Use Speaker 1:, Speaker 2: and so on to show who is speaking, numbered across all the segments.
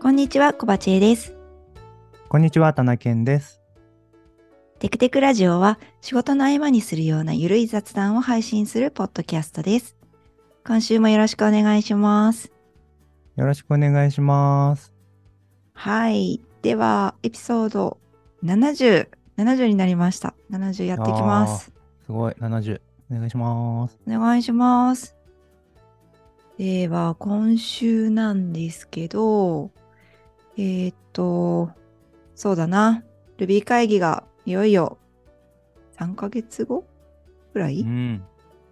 Speaker 1: こんにちは、こばちえです。
Speaker 2: こんにちは、田中健です。
Speaker 1: テクテクラジオは仕事の合間にするようなゆるい雑談を配信するポッドキャストです。今週もよろしくお願いします。
Speaker 2: よろしくお願いします。
Speaker 1: はい。では、エピソード70、70になりました。70やっていきます。
Speaker 2: すごい、70。お願いします。
Speaker 1: お願いします。では、今週なんですけど、えーっと、そうだな。Ruby 会議がいよいよ3ヶ月後ぐら
Speaker 2: う
Speaker 1: い
Speaker 2: ん。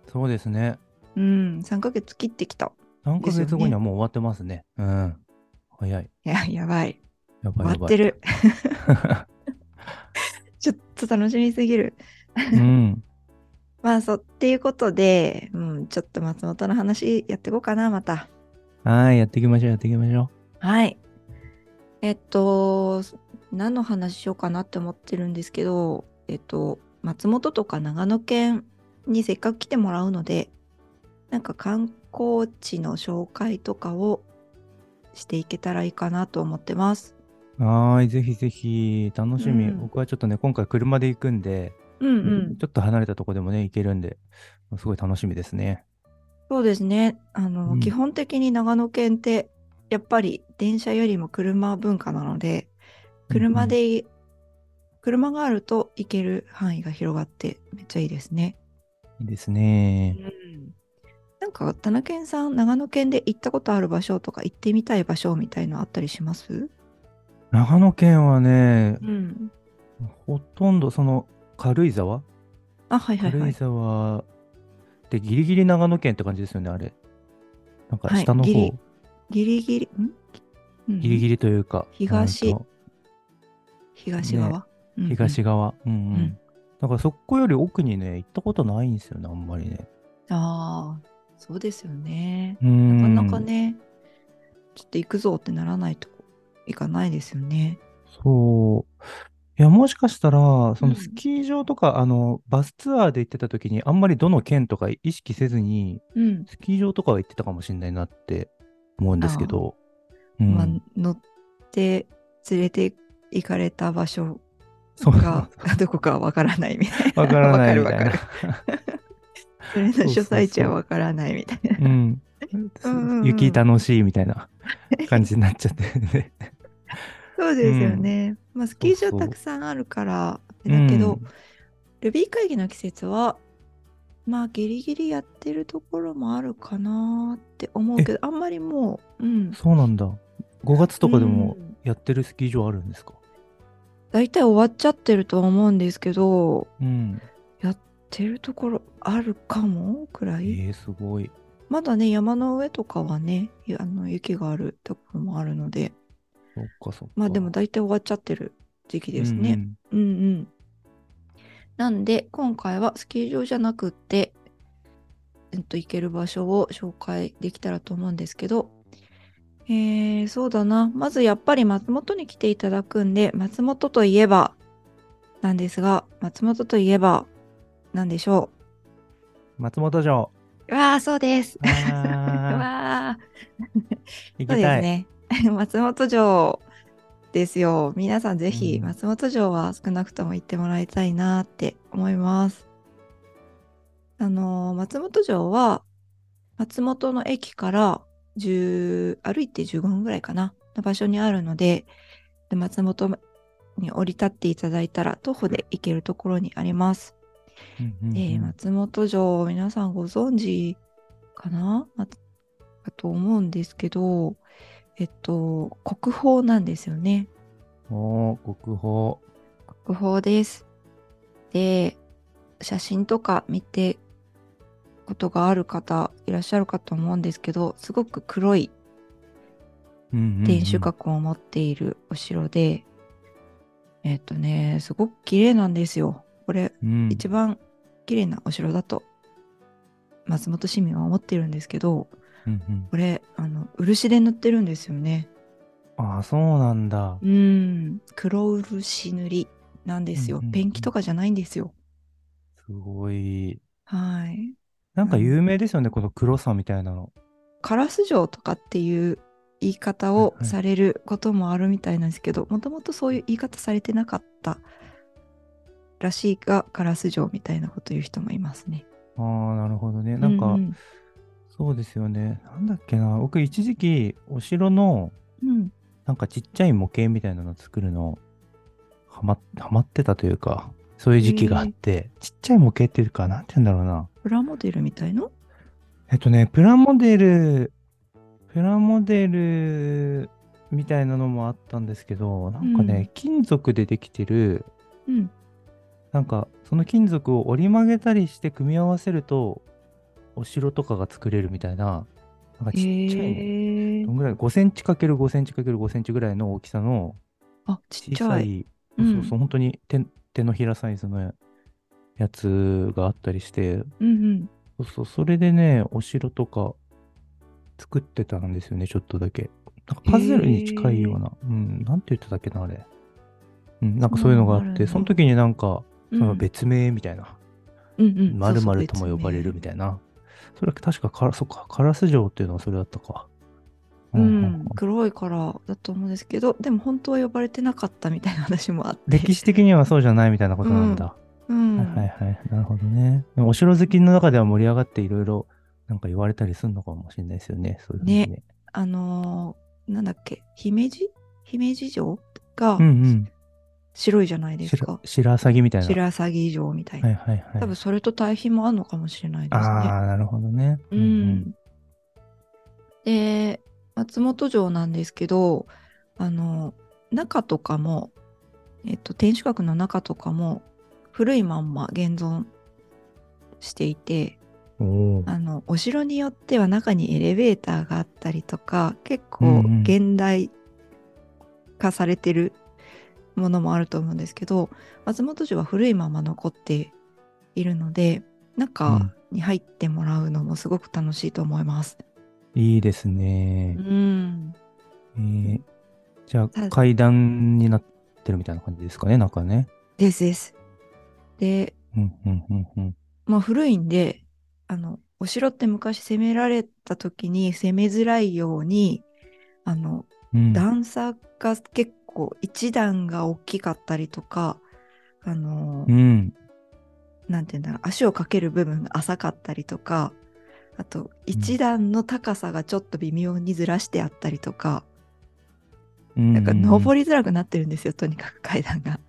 Speaker 2: そうですね。
Speaker 1: うん、3ヶ月切ってきた。
Speaker 2: 3ヶ
Speaker 1: ですよね
Speaker 2: 月後にはもう終わってますね。うん。早い。
Speaker 1: いや、やばい。
Speaker 2: やばいやばい。
Speaker 1: 終わってる。 ちょっと楽しみすぎる。
Speaker 2: うん。
Speaker 1: まあ、そう、っていうことで、うん、ちょっと松本の話やっていこうかな、また。
Speaker 2: はい、やっていきましょう、やっていきましょ
Speaker 1: はい。えっと、何の話しようかなって思ってるんですけど、えっと、松本とか長野県にせっかく来てもらうので、なんか観光地の紹介とかをしていけたらいいかなと思ってます。
Speaker 2: う。はーい、ぜひぜひ、楽しみ。
Speaker 1: うん
Speaker 2: 僕はちょっとね、今回車で行くんで、
Speaker 1: うんうん。
Speaker 2: ちょっと離れたとこでもね、行けるんで、すごい楽しみですね。
Speaker 1: そうですね。あの、
Speaker 2: うん
Speaker 1: 基本的に長野県って、やっぱり電車よりも車文化なので、車でい、車があると行ける範囲が広がってめっちゃいいですね。
Speaker 2: いいですね。
Speaker 1: なんか、田中健さん、長野県で行ったことある場所とか行ってみたい場所みたいのあったりします
Speaker 2: 長野県はね、
Speaker 1: うん。
Speaker 2: ほとんどその、軽井沢
Speaker 1: あ、はいはいは
Speaker 2: 軽井
Speaker 1: い。
Speaker 2: 沢でギリギリ長野県って感じですよねあれなんか
Speaker 1: はい
Speaker 2: 下の方、
Speaker 1: ギ
Speaker 2: ギ
Speaker 1: リ
Speaker 2: リ
Speaker 1: ギリギリ、んうん
Speaker 2: ギリというか
Speaker 1: 東
Speaker 2: うんと
Speaker 1: 東側、うんうん
Speaker 2: 東側うんうん、
Speaker 1: うん
Speaker 2: だからそこより奥にね行ったことないんですよねあんまりね
Speaker 1: ああ、そうですよね。
Speaker 2: な
Speaker 1: なかなかね、ちょっと行くぞってならないと行かないですよね。
Speaker 2: そういやもしかしたらそうの
Speaker 1: ん
Speaker 2: スキー場とか、あのバスツアーで行ってた時にあんまりどの県とか意識せずに
Speaker 1: うん。
Speaker 2: スキー場とかは行ってたかもしれないなって思うんですけど、うん
Speaker 1: まあ、乗って連れて行かれた場所
Speaker 2: そう
Speaker 1: がどこかわからないみたいな。
Speaker 2: わからないみ
Speaker 1: わ
Speaker 2: た
Speaker 1: か
Speaker 2: い
Speaker 1: るわ
Speaker 2: な
Speaker 1: かる。それの
Speaker 2: そうそうそ
Speaker 1: 主
Speaker 2: う
Speaker 1: 催地はわからないみたいな。
Speaker 2: うん
Speaker 1: うんうん
Speaker 2: 雪楽しいみたいな感じになっちゃってね。
Speaker 1: そうですよね。まあスキー場
Speaker 2: そうそ
Speaker 1: た
Speaker 2: う
Speaker 1: くさんあるからあれだけど、
Speaker 2: うん
Speaker 1: ルビー会議の季節はまあギリギリやってるところもあるかなって思うけどあんまりもう、うん、
Speaker 2: そうなんだ。5月とかでも
Speaker 1: うん
Speaker 2: やってるスキー場あるんですか
Speaker 1: 大体終わっちゃってるとは思うんですけど
Speaker 2: うん。
Speaker 1: やってるところあるかもくら
Speaker 2: え
Speaker 1: い、
Speaker 2: ー、すごい。
Speaker 1: まだね山の上とかはねいあの雪があるところもあるので
Speaker 2: そっかそっか。
Speaker 1: まあでも大体終わっちゃってる時期ですね。うんうん。なんで、今回はスキー場じゃなくって、えっと、行ける場所を紹介できたらと思うんですけど、えー、そうだな。まずやっぱり松本に来ていただくんで、松本といえば、なんですが、松本といえば、なんでしょ
Speaker 2: 松本城。
Speaker 1: う。うわあ、そうです。う
Speaker 2: あ
Speaker 1: わあ、
Speaker 2: ー
Speaker 1: そう
Speaker 2: 行きた
Speaker 1: で
Speaker 2: い。
Speaker 1: すね。 松本城ですよ。皆さんぜひ、
Speaker 2: うん
Speaker 1: 松本城は少なくとも行ってもらいたいなって思います。あのー、松本城は、松本の駅から10、歩いて15分ぐらいかな、の場所にあるので、で松本に降り立っていただいたら、徒歩で行けるところにあります。
Speaker 2: うんうんうん
Speaker 1: えー松本城、皆さんご存知かなまだと思うんですけど、えっと、国宝なんですよね。
Speaker 2: おー国宝。
Speaker 1: 国宝です。で、写真とか見てことがある方いらっしゃるかと思うんですけど、すごく黒い
Speaker 2: うんうんうん
Speaker 1: 天守閣を持っているお城で、えっとね、すごく綺麗なんですよ。これ、
Speaker 2: うん
Speaker 1: 一番綺麗なお城だと松本市民は思ってるんですけど
Speaker 2: うんうん
Speaker 1: これあの漆で塗ってるんですよね
Speaker 2: ああ、そうなんだ。
Speaker 1: うん黒漆塗りなんですよ、
Speaker 2: うんうんうん
Speaker 1: ペンキとかじゃないんですよ
Speaker 2: すごい。
Speaker 1: はい
Speaker 2: なんか有名ですよね、この黒さみたいなの。
Speaker 1: 烏城とかっていう言い方をされることもあるみたいなんですけど、もともとそういう言い方されてなかったらしいが、カラス城みたいなこと言う人もいますね。
Speaker 2: ああ、なるほどね。なんか、
Speaker 1: うん
Speaker 2: そうですよね。なんだっけな。僕、一時期、お城の、
Speaker 1: うん、うん
Speaker 2: なんかちっちゃい模型みたいなの作るの、はま、はまってたというか、そういう時期があって、ちっちゃい模型っていうか、なんて言うんだろうな。
Speaker 1: プラモデルみたいの
Speaker 2: えっとね、プラモデル、プラモデルみたいなのもあったんですけど、なんかね、
Speaker 1: うん
Speaker 2: 金属でできてる、
Speaker 1: うん。
Speaker 2: なんかその金属を折り曲げたりして組み合わせると、お城とかが作れるみたいな、なんかちっ
Speaker 1: へ
Speaker 2: ちゃい、ね
Speaker 1: え
Speaker 2: どんぐらい ?5 センチ ×5 センチ ×5 センチぐらいの大きさの
Speaker 1: あ、ちっ
Speaker 2: 小
Speaker 1: ちゃ
Speaker 2: さ
Speaker 1: い。
Speaker 2: い、
Speaker 1: う
Speaker 2: そうそう、
Speaker 1: ん
Speaker 2: 本当に手手のひらサイズのやつがあったりして、
Speaker 1: うんうん。
Speaker 2: そうそう、それでね、お城とか作ってたんですよね、ちょっとだけ。なんかパズルに近いような、うん、なんて言ってたっけな、あれ。うん、なんかそういうのがあ
Speaker 1: そ
Speaker 2: っ
Speaker 1: うなん
Speaker 2: て、
Speaker 1: だ
Speaker 2: その時になんか、
Speaker 1: う
Speaker 2: そ
Speaker 1: ん
Speaker 2: の別名みたいな、
Speaker 1: うんうん
Speaker 2: まるまるとも呼ばれるみ
Speaker 1: たい
Speaker 2: たいな。それは確かから、そっか、カラス城っていうのはそれだったか。
Speaker 1: う
Speaker 2: うんうんうん
Speaker 1: ん、黒いからだと思うんですけど、でも本当は呼ばれてなかったみたいな話もあって。
Speaker 2: 歴史的にはそうじゃないみたいなことなんだ。
Speaker 1: うん。
Speaker 2: はいはいはい。なるほどね。でもお城好きの中では盛り上がっていろいろなんか言われたりするのかもしれないですよね。そういうふうにね。
Speaker 1: あのーなんだっけ、姫路姫路城が
Speaker 2: うんうん。
Speaker 1: 白いじゃないです
Speaker 2: し
Speaker 1: か
Speaker 2: ら。白鷺みたいな。
Speaker 1: 白鷺城みたいな。
Speaker 2: はいはいはい。
Speaker 1: 多分それと対比もあるのかもしれないですね。
Speaker 2: ああ、なるほどね。
Speaker 1: うん。で、松本城なんですけど、あの、中とかも、えっと、天守閣の中とかも、古いまんま現存していて、
Speaker 2: うんうん。おー
Speaker 1: あのお城によっては中にエレベーターがあったりとか結
Speaker 2: う
Speaker 1: 構
Speaker 2: んうん
Speaker 1: 現代化されてるものもあると思うんですけど、松本城は古いまま残っているので中に入ってもらうのもすごく楽しいと思います。
Speaker 2: いいですね
Speaker 1: う。ん、
Speaker 2: えーじゃ
Speaker 1: た
Speaker 2: あ階段になってるみたいな感じですかね、中ね。
Speaker 1: ですです。で
Speaker 2: うんうんうんうん。
Speaker 1: まあ古いんであのお城って昔攻められた時に攻めづらいようにあの
Speaker 2: うん、
Speaker 1: 段差が結構一段が大きかったりとか、あの
Speaker 2: う、ん。
Speaker 1: なんていうんだろう、足をかける部分が浅かったりとか、あと一段の高さがちょっと微妙にずらしてあったりとか、
Speaker 2: な
Speaker 1: なんか登
Speaker 2: り。
Speaker 1: りづらくなってるんですよ、とにかく階段が。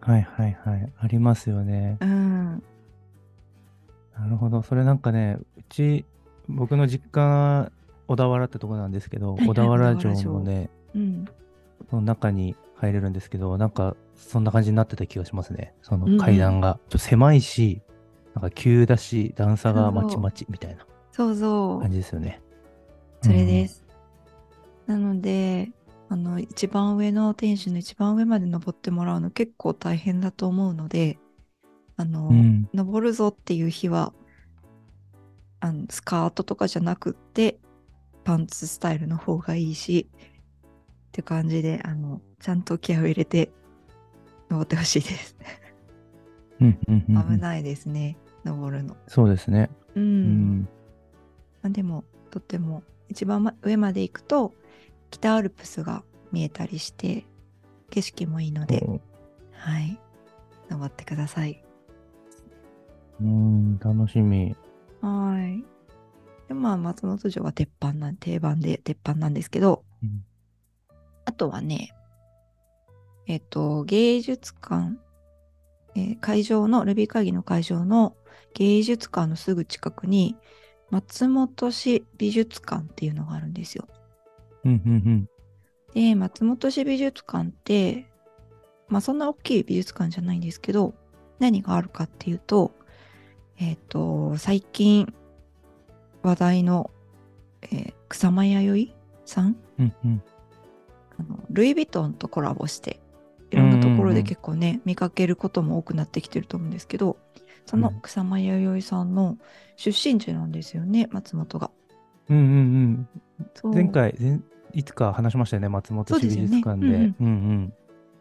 Speaker 2: はいはいはい。ありますよね。
Speaker 1: うん。
Speaker 2: なるほど。それなんかね、うち、僕の実家、小田原ってとこなんですけ
Speaker 1: は
Speaker 2: ど、
Speaker 1: いはい
Speaker 2: 小田原
Speaker 1: 小田原
Speaker 2: 城もね、
Speaker 1: うん。
Speaker 2: その中に入れるんですけど、なんかそんな感じになってた気がしますね。そ
Speaker 1: うんうん
Speaker 2: の階段が。ちょっと狭いし、なんか急だし、段差がまちまちみたいな
Speaker 1: そうそ
Speaker 2: 感じですよね。
Speaker 1: う。それです。なので、あの、一番上の天守の一番上まで登ってもらうの結構大変だと思うので、あの、
Speaker 2: うん。うん。
Speaker 1: 登るぞっていう日はあのスカートとかじゃなくってパンツスタイルの方がいいしって感じであのちゃんと気合を入れて登ってほしいです。
Speaker 2: うんうんうんうん
Speaker 1: 危ないですね、登るの。
Speaker 2: そうですね。
Speaker 1: う。
Speaker 2: うんん。
Speaker 1: まあでもとっても一番ま上まで行くと北アルプスが見えたりして景色もいいので、はい、登ってください。
Speaker 2: うん、楽しみ。
Speaker 1: はい。で、まあ、松本城は鉄板なん、定番で鉄板なんですけど、
Speaker 2: うん
Speaker 1: あとはね、えっと、芸術館、えー会場の、ルビー会議の会場の芸術館のすぐ近くに、松本市美術館っていうのがあるんですよ。
Speaker 2: うんうん
Speaker 1: で、松本市美術館って、まあそんな大きい美術館じゃないんですけど、何があるかっていうと、えっ、と、最近話題の、えー草間彌生さん
Speaker 2: うん。うんうん。
Speaker 1: あのルイ・ヴィトンとコラボして、いろんなところで結構ね、見かけることも多くなってきてると思うんですけど、その草間彌生さんの出身地なんですよね、松本が。
Speaker 2: うんうん
Speaker 1: そ
Speaker 2: うん。
Speaker 1: う
Speaker 2: 前回、前いつか話しましたよね、松本
Speaker 1: そう
Speaker 2: 市
Speaker 1: で
Speaker 2: 美
Speaker 1: すよね
Speaker 2: 術館で。
Speaker 1: うんうん
Speaker 2: うんうん。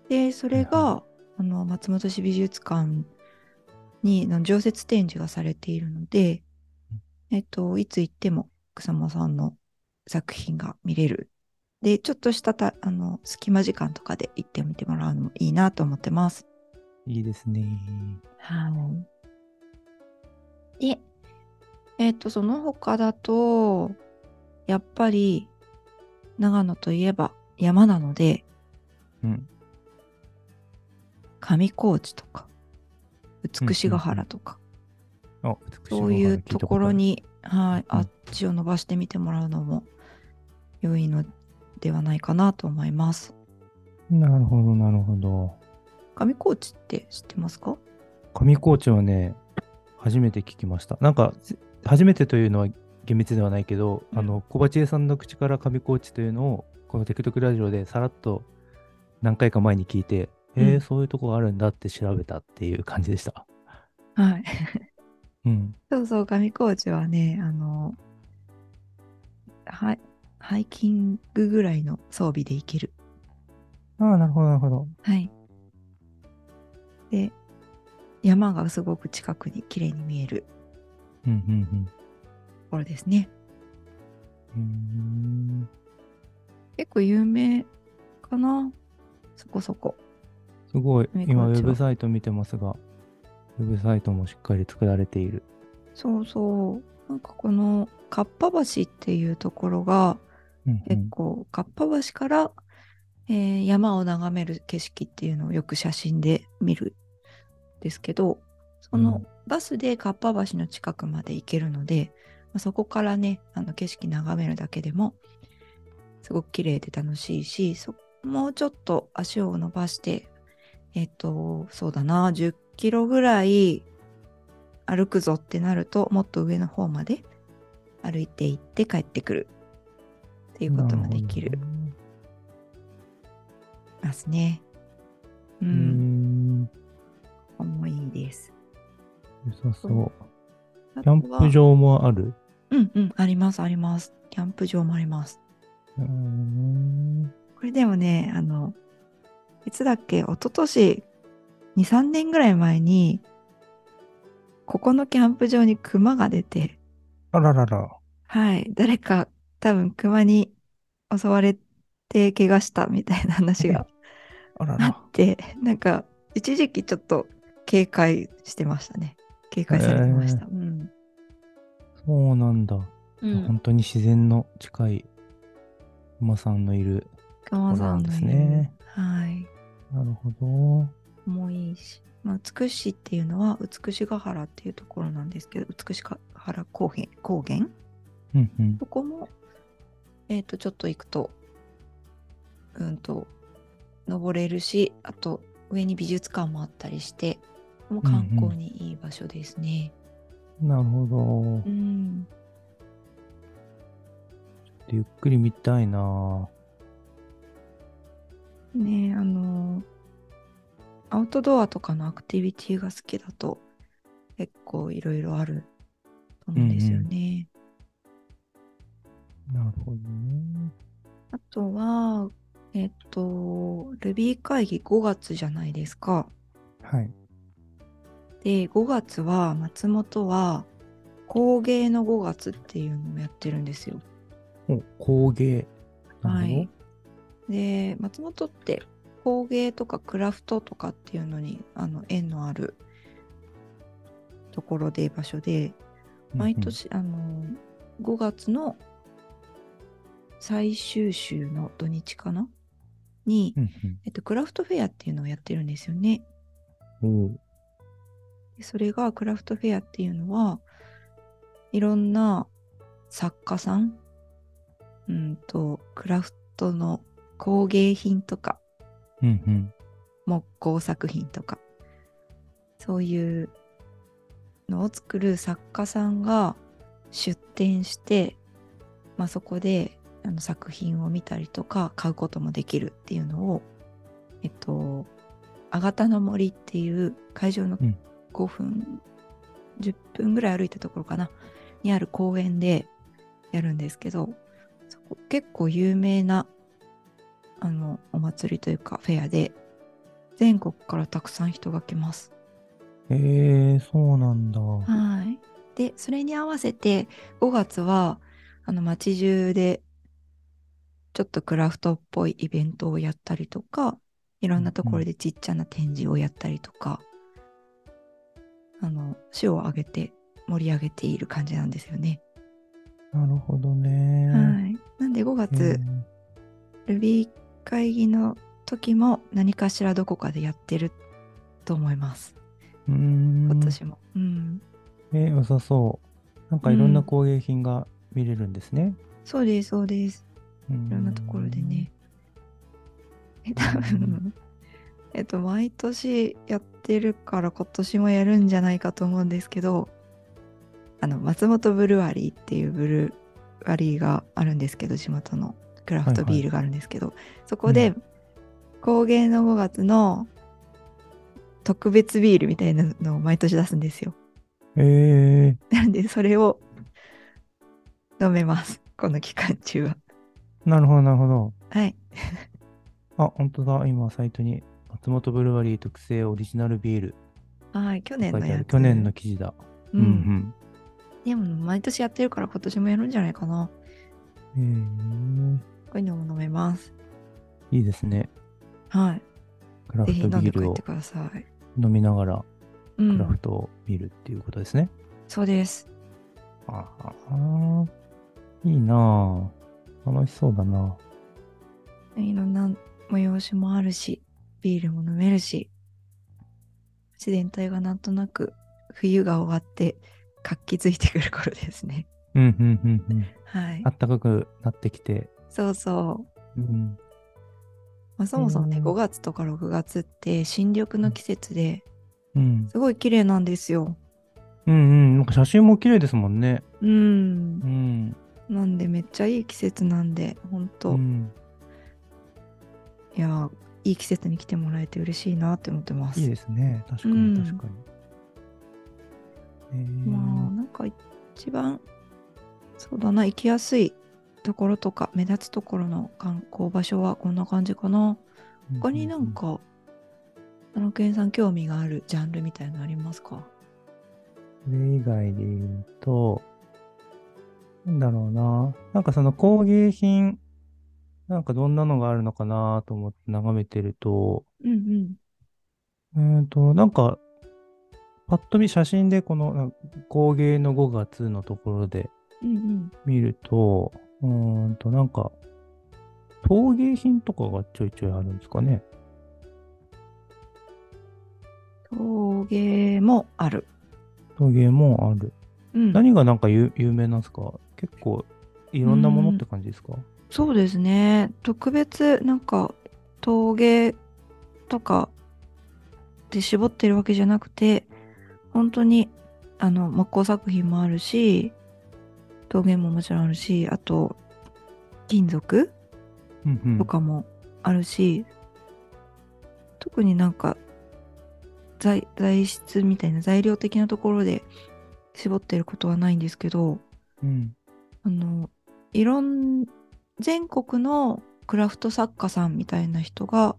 Speaker 1: でそれ
Speaker 2: はい
Speaker 1: があの松本市美術館にの常設展示がされているので、えっと、いつ行っても草間さんの作品が見れるで、ちょっとしたたあの隙間時間とかで行ってみてもらうのもいいなと思ってます。
Speaker 2: いいですね。
Speaker 1: はい。で、えっ、と、その他だと、やっぱり、長野といえば山なので、
Speaker 2: うん。
Speaker 1: 上高地とか、美しが原とか、
Speaker 2: あ、美しい
Speaker 1: そういうところ。に、はい、足を伸ばしてみてもらうのも良いのではないかなと思います。
Speaker 2: なるほど、なるほど。
Speaker 1: 上高地って知ってますか
Speaker 2: 上高地はね、初めて聞きました。なんか、せ初めてというのは厳密ではないけど、
Speaker 1: うん
Speaker 2: あの、小鉢江さんの口から上高地というのを、このテクトクラジオでさらっと何回か前に聞いて、
Speaker 1: うん
Speaker 2: えーそういうとこがあるんだって調べたっていう感じでした。
Speaker 1: はい。
Speaker 2: うん。
Speaker 1: そうそう、上高地はね、あの、はい、ハイキングぐらいの装備で行ける。
Speaker 2: ああ、なるほど、なるほど。
Speaker 1: はい。で、山がすごく近くに綺麗に見える
Speaker 2: うん、うん、
Speaker 1: ところですね。
Speaker 2: うん。うーん
Speaker 1: 結構有名かなそこそこ。
Speaker 2: すごい。
Speaker 1: 上
Speaker 2: 今、ウ
Speaker 1: 高地は
Speaker 2: ェブサイト見てますが、ウェブサイトもしっかり作られている。
Speaker 1: そうそう。なんかこの、かっぱ橋っていうところが、
Speaker 2: うんう
Speaker 1: 結
Speaker 2: ん、
Speaker 1: 構、かっぱ橋から、えー山を眺める景色っていうのをよく写真で見るんですけど、その
Speaker 2: うん
Speaker 1: バスでかっぱ橋の近くまで行けるので、まあそこからね、あの景色眺めるだけでも、すごく綺麗で楽しいし、そもうちょっと足を伸ばして、えっ、と、そうだな、10キロぐらい歩くぞってなると、もっと上の方まで歩いて行って帰ってくるっていうこともできる
Speaker 2: なほどね
Speaker 1: ますね。う、
Speaker 2: うんん。
Speaker 1: 重いです。
Speaker 2: 良さそう。
Speaker 1: キ
Speaker 2: キャンプ場もある。
Speaker 1: うんうん、ありますあります。キャンプ場もあります。
Speaker 2: うーん。
Speaker 1: これでもね、あの、いつだっけ、一昨年2、3年ぐらい前に、ここのキャンプ場に熊が出て、
Speaker 2: あららら。
Speaker 1: はい、誰か多分熊に襲われて怪我したみたいな話が
Speaker 2: あら
Speaker 1: あっ。て、なんか一時期ちょっと警戒してましたね。警戒されてました。うん。
Speaker 2: そうなんだ。
Speaker 1: うん
Speaker 2: 本当に自然の近い馬さんのいる。
Speaker 1: 熊
Speaker 2: そうな
Speaker 1: さん
Speaker 2: ん
Speaker 1: の
Speaker 2: で
Speaker 1: い
Speaker 2: す
Speaker 1: る
Speaker 2: ね
Speaker 1: はい。
Speaker 2: なるほど。
Speaker 1: もういいし。まあ、美しいっていうのは美しが原っていうところなんですけど、美しが原高原、高原
Speaker 2: うんうん。
Speaker 1: ここも、えっ、と、ちょっと行くと、うんと、登れるし、あと、上に美術館もあったりして、もう観
Speaker 2: うんう
Speaker 1: 光
Speaker 2: ん
Speaker 1: にいい場所ですね。
Speaker 2: なるほど。
Speaker 1: うん、
Speaker 2: ゆっくり見たいな
Speaker 1: ねえあのーアウトドアとかのアクティビティが好きだと結構いろいろあると思うんですよね。
Speaker 2: なるほどね。
Speaker 1: あとは、えっと、ルビー会議5月じゃないですか。
Speaker 2: はい。
Speaker 1: で、5月は松本は工芸の5月っていうのをやってるんですよ。
Speaker 2: お、工芸。な
Speaker 1: は
Speaker 2: るほど
Speaker 1: い。。で、松本って工芸とかクラフトとかっていうのにあの縁のあるところで場所で、
Speaker 2: うんうん
Speaker 1: 毎。年、あの5月の最終週の土日かなに、
Speaker 2: うん
Speaker 1: えっと、クラフトフェアっていうのをやってるんですよね。
Speaker 2: うん。おう
Speaker 1: でそれがクラフトフェアっていうのはいろんな作家さんうんとクラフトの工芸品とか
Speaker 2: うんうん。
Speaker 1: 木工作品とかそういうのを作る作家さんが出展して、まあ、そこであの作品を見たりとか買うこともできるっていうのをえっと「あがたの森」っていう会場の
Speaker 2: うん
Speaker 1: 5分、10分ぐらい歩いたところかなにある公園でやるんですけどそこ結構有名なあのお祭りというかフェアで全国からたくさん人が来ます。
Speaker 2: えー、そうなんだ。
Speaker 1: はい。で、それに合わせて5月は、あの、街中でちょっとクラフトっぽいイベントをやったりとか、いろんなところでちっちゃな展示をやったりとか、あの、市を挙げて盛り上げている感じなんですよね。
Speaker 2: なるほど
Speaker 1: は
Speaker 2: ね。
Speaker 1: い。なんで5
Speaker 2: え
Speaker 1: 月、
Speaker 2: ー
Speaker 1: Ruby 会議の時も何かしらどこかでやってると思います。
Speaker 2: うーん
Speaker 1: 今年も。うん。
Speaker 2: えー良さそう。なんかいろんな工芸品が見れるんですね。
Speaker 1: そうです、そうです。
Speaker 2: うん
Speaker 1: いろんなところでね。。 え、多分、えっと、毎年やってるから今年もやるんじゃないかと思うんですけど、あの、松本ブルワリーっていうブルワリーがあるんですけど、地元のクラフトビールがあるんですけど、そこで、工芸の5月の特別ビールみたいなのを毎年出すんですよ。
Speaker 2: え
Speaker 1: なんで、それを飲めます。この期間中は。
Speaker 2: ー、なるほど、なるほど。
Speaker 1: はい。
Speaker 2: あ、本当だ。今、サイトに、松本ブルワリー特製オリジナルビール
Speaker 1: はい、去
Speaker 2: 書い
Speaker 1: 年の
Speaker 2: てあ
Speaker 1: や
Speaker 2: る。
Speaker 1: つ。
Speaker 2: 去年の記事だ。
Speaker 1: う
Speaker 2: うんん
Speaker 1: でも毎年やってるから今年もやるんじゃないかな。
Speaker 2: うん。
Speaker 1: こういうのも飲めます。
Speaker 2: えー、いいですね。
Speaker 1: はい。
Speaker 2: クラフ
Speaker 1: ぜひ
Speaker 2: ト
Speaker 1: 飲ん
Speaker 2: ビ
Speaker 1: で
Speaker 2: ー
Speaker 1: 帰
Speaker 2: ル
Speaker 1: っ
Speaker 2: を
Speaker 1: てください。
Speaker 2: 飲みながら
Speaker 1: う
Speaker 2: クラフ
Speaker 1: ん。
Speaker 2: トを見るっていうことですね。
Speaker 1: そうです。
Speaker 2: ああ、いいなあ楽しそうだな。
Speaker 1: いろんな催しもあるし、ビールも飲めるし、自然体がなんとなく冬が終わって活気づいてくる頃ですね。
Speaker 2: うんうんうんうん。
Speaker 1: はい
Speaker 2: あ。ったかくなってきて。
Speaker 1: そうそう。
Speaker 2: うん。
Speaker 1: まあ、そもそもね、
Speaker 2: うん
Speaker 1: 5月とか6月って新緑の季節で
Speaker 2: うん。
Speaker 1: すごい綺麗なんですよ。
Speaker 2: うんうん。なんか写真も綺麗ですもんね。
Speaker 1: うん
Speaker 2: う。ん。
Speaker 1: なんでめっちゃいい季節なんで、ほんと。
Speaker 2: うん
Speaker 1: いやーいい季節に来てもらえて嬉しいなって思ってます。
Speaker 2: いいですね。確か
Speaker 1: うん
Speaker 2: に確かに。えー
Speaker 1: まあなんか一番そうだな行きやすいところとか目立つところの観光場所はこんな感じかな。他になん。か田中健さん興味があるジャンルみたいなのありますか
Speaker 2: ううんうんそれ以外で言うと、なんだろうな。なんかその工芸品、なんかどんなのがあるのかなと思って眺めてると、
Speaker 1: うんうん。
Speaker 2: えーと、なんか、パッと見写真でこのなんか工芸の5月のところで
Speaker 1: うんうん。
Speaker 2: 見ると、うーんと、なんか、陶芸品とかがちょいちょいあるんですかね。
Speaker 1: 陶芸もある。
Speaker 2: 陶芸もある。
Speaker 1: うん。
Speaker 2: 何がなんか有有名なんですか結構いろんなものって感じですか
Speaker 1: そうですね。特別なんか陶芸とかで絞ってるわけじゃなくて、本当にあの木工作品もあるし、陶芸ももちろんあるし、あと金属
Speaker 2: うんうん
Speaker 1: とかもあるし、特になんか材材質みたいな材料的なところで絞ってることはないんですけど、
Speaker 2: うん
Speaker 1: あのいろん全国のクラフト作家さんみたいな人が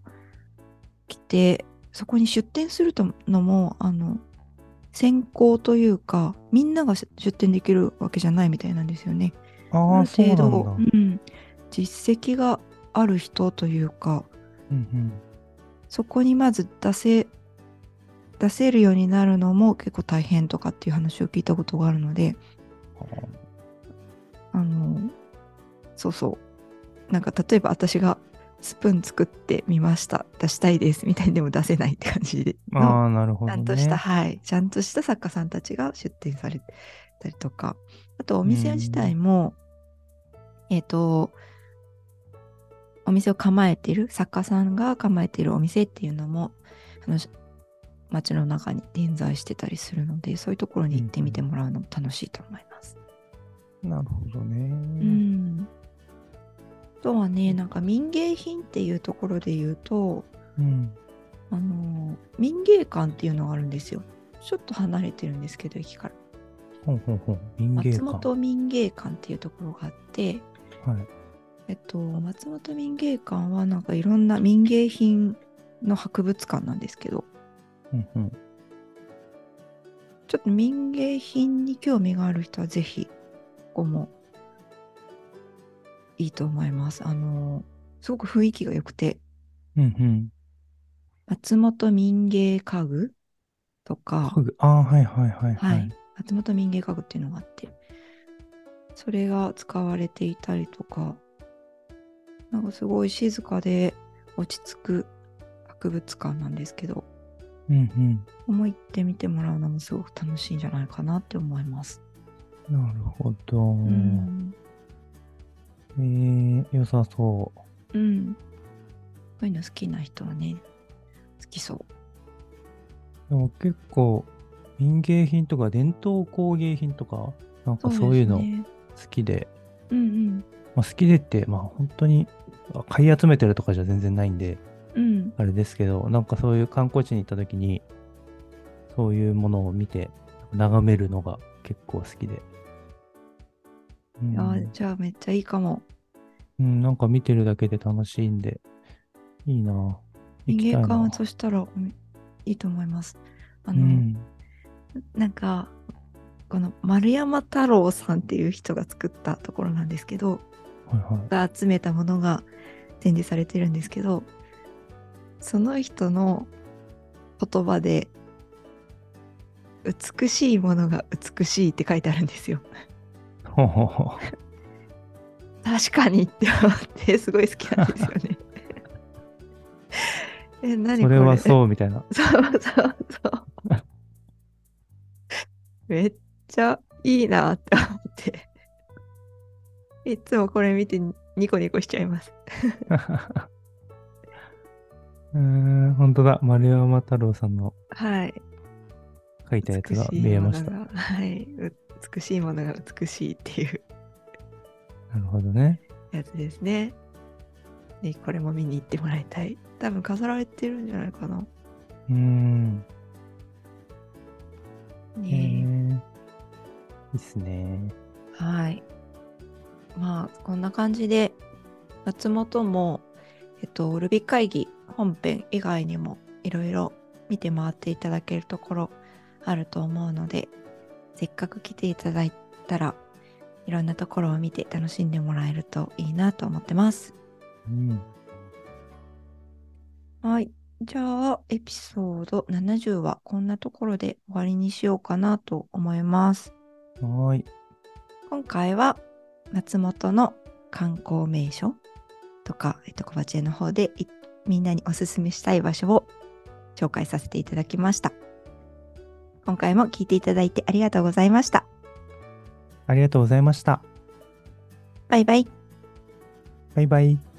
Speaker 1: 来てそこに出店するとのもあの先行というかみんなが出出店できるわけじゃないみたいなんですよね。
Speaker 2: あ
Speaker 1: あ
Speaker 2: あ、
Speaker 1: る
Speaker 2: そうな
Speaker 1: 程
Speaker 2: んだ。
Speaker 1: 度うん実績がある人というか
Speaker 2: うん
Speaker 1: そこにまず出せ出せるようになるのも結構大変とかっていう話を聞いたことがあるのであの、そうそう。なんか例えば私がスプーン作ってみました。出したいです。みたいにでも出せないって感じで。
Speaker 2: うん、ああ、なるほ
Speaker 1: ち
Speaker 2: ど、
Speaker 1: ゃ
Speaker 2: ね。
Speaker 1: んとした、はい。ちゃんとした作家さんたちが出展されたりとか。あとお店自体も、えっ、と、お店を構えてる、作家さんが構えてるお店っていうのも、あの、街の中に点在してたりするので、そういうところに行ってみてもらうのも楽しいと思います。
Speaker 2: なるほどね。
Speaker 1: うんあとはねなんか民芸品っていうところで言うと
Speaker 2: うん。
Speaker 1: あの民芸館っていうのがあるんですよちょっと離れてるんですけど駅から
Speaker 2: ほんほんほん。民芸
Speaker 1: 松
Speaker 2: 館。
Speaker 1: 本民芸館っていうところがあって
Speaker 2: はい。
Speaker 1: えっと松本民芸館はなんかいろんな民芸品の博物館なんですけど
Speaker 2: うんうん。
Speaker 1: ちょっと民芸品に興味がある人はぜひここもいいと思います。あの、すごく雰囲気が良くて、
Speaker 2: うん
Speaker 1: 松本民芸家具と
Speaker 2: うん。
Speaker 1: か、
Speaker 2: 家具ああ、はいはいはいは。
Speaker 1: はいい、松本民芸家具っていうのがあって、それが使われていたりとか、なんかすごい静かで落ち着く博物館なんですけど、
Speaker 2: うん
Speaker 1: 思い行って見てもらうのもすごく楽しいんじゃないかなって思います。
Speaker 2: うん。なるほど。
Speaker 1: うん。
Speaker 2: えー、良さそう。
Speaker 1: うん。こういうの好きな人はね、好きそう。
Speaker 2: でも結構、民芸品とか伝統工芸品とか、なんかそういうの
Speaker 1: で
Speaker 2: 好
Speaker 1: すね
Speaker 2: きで、
Speaker 1: うんうん。
Speaker 2: まあ、好きでって、まあ本当にあ買い集めてるとかじゃ全然ないんで、
Speaker 1: うん。
Speaker 2: あれですけど、なんかそういう観光地に行った時に、そういうものを見て、眺めるのが結構好きで。うん、
Speaker 1: あーじゃあめっちゃいいかも。
Speaker 2: うん、なんか見てるだけで楽しいんで、いいなぁ行
Speaker 1: 人
Speaker 2: きたい
Speaker 1: 間
Speaker 2: な
Speaker 1: 館はそしたらうんいいと思います。あ
Speaker 2: う
Speaker 1: の、
Speaker 2: ん、
Speaker 1: なんか、この丸山太郎さんっていう人が作ったところなんですけど、
Speaker 2: はいはい。
Speaker 1: が集めたものが展示されてるんですけど、その人の言葉で、美しいものが美しいって書いてあるんですよ。
Speaker 2: ほうほうほう
Speaker 1: 確かにって思ってすごい好きなんですよ ね。え、何
Speaker 2: そ
Speaker 1: これ
Speaker 2: れはそうみたいな。
Speaker 1: そうそうそう。めっちゃいいなって思って。いつもこれ見てニコニコしちゃいます。
Speaker 2: うーん、本当だ。丸山太郎さんの
Speaker 1: はい。
Speaker 2: 書いたやつが
Speaker 1: 美しい
Speaker 2: 見えました。
Speaker 1: も
Speaker 2: な
Speaker 1: のがはい。う美しいものが美しいっていう
Speaker 2: るほどね。
Speaker 1: やつですね。でこれも見に行ってもらいたい。多分飾られてるんじゃないかな。
Speaker 2: うーん。え
Speaker 1: ね
Speaker 2: いいっすね。
Speaker 1: えはい。まあ、こんな感じで、松本も、えっと、ルビ会議本編以外にもいろいろ見て回っていただけるところあると思うので、せっかく来ていただいたら、いろんなところを見て楽しんでもらえるといいなと思ってます。
Speaker 2: うん。
Speaker 1: はい。じゃあ、エピソード70はこんなところで終わりにしようかなと思います。
Speaker 2: はーい。
Speaker 1: 今回は松本の観光名所とか、えっと、小鉢屋の方でいみんなにおすすめしたい場所を紹介させていただきました。今回も聞いていただいてありがとうございました。
Speaker 2: ありがとうございました。
Speaker 1: バイバイ。
Speaker 2: バイバイ。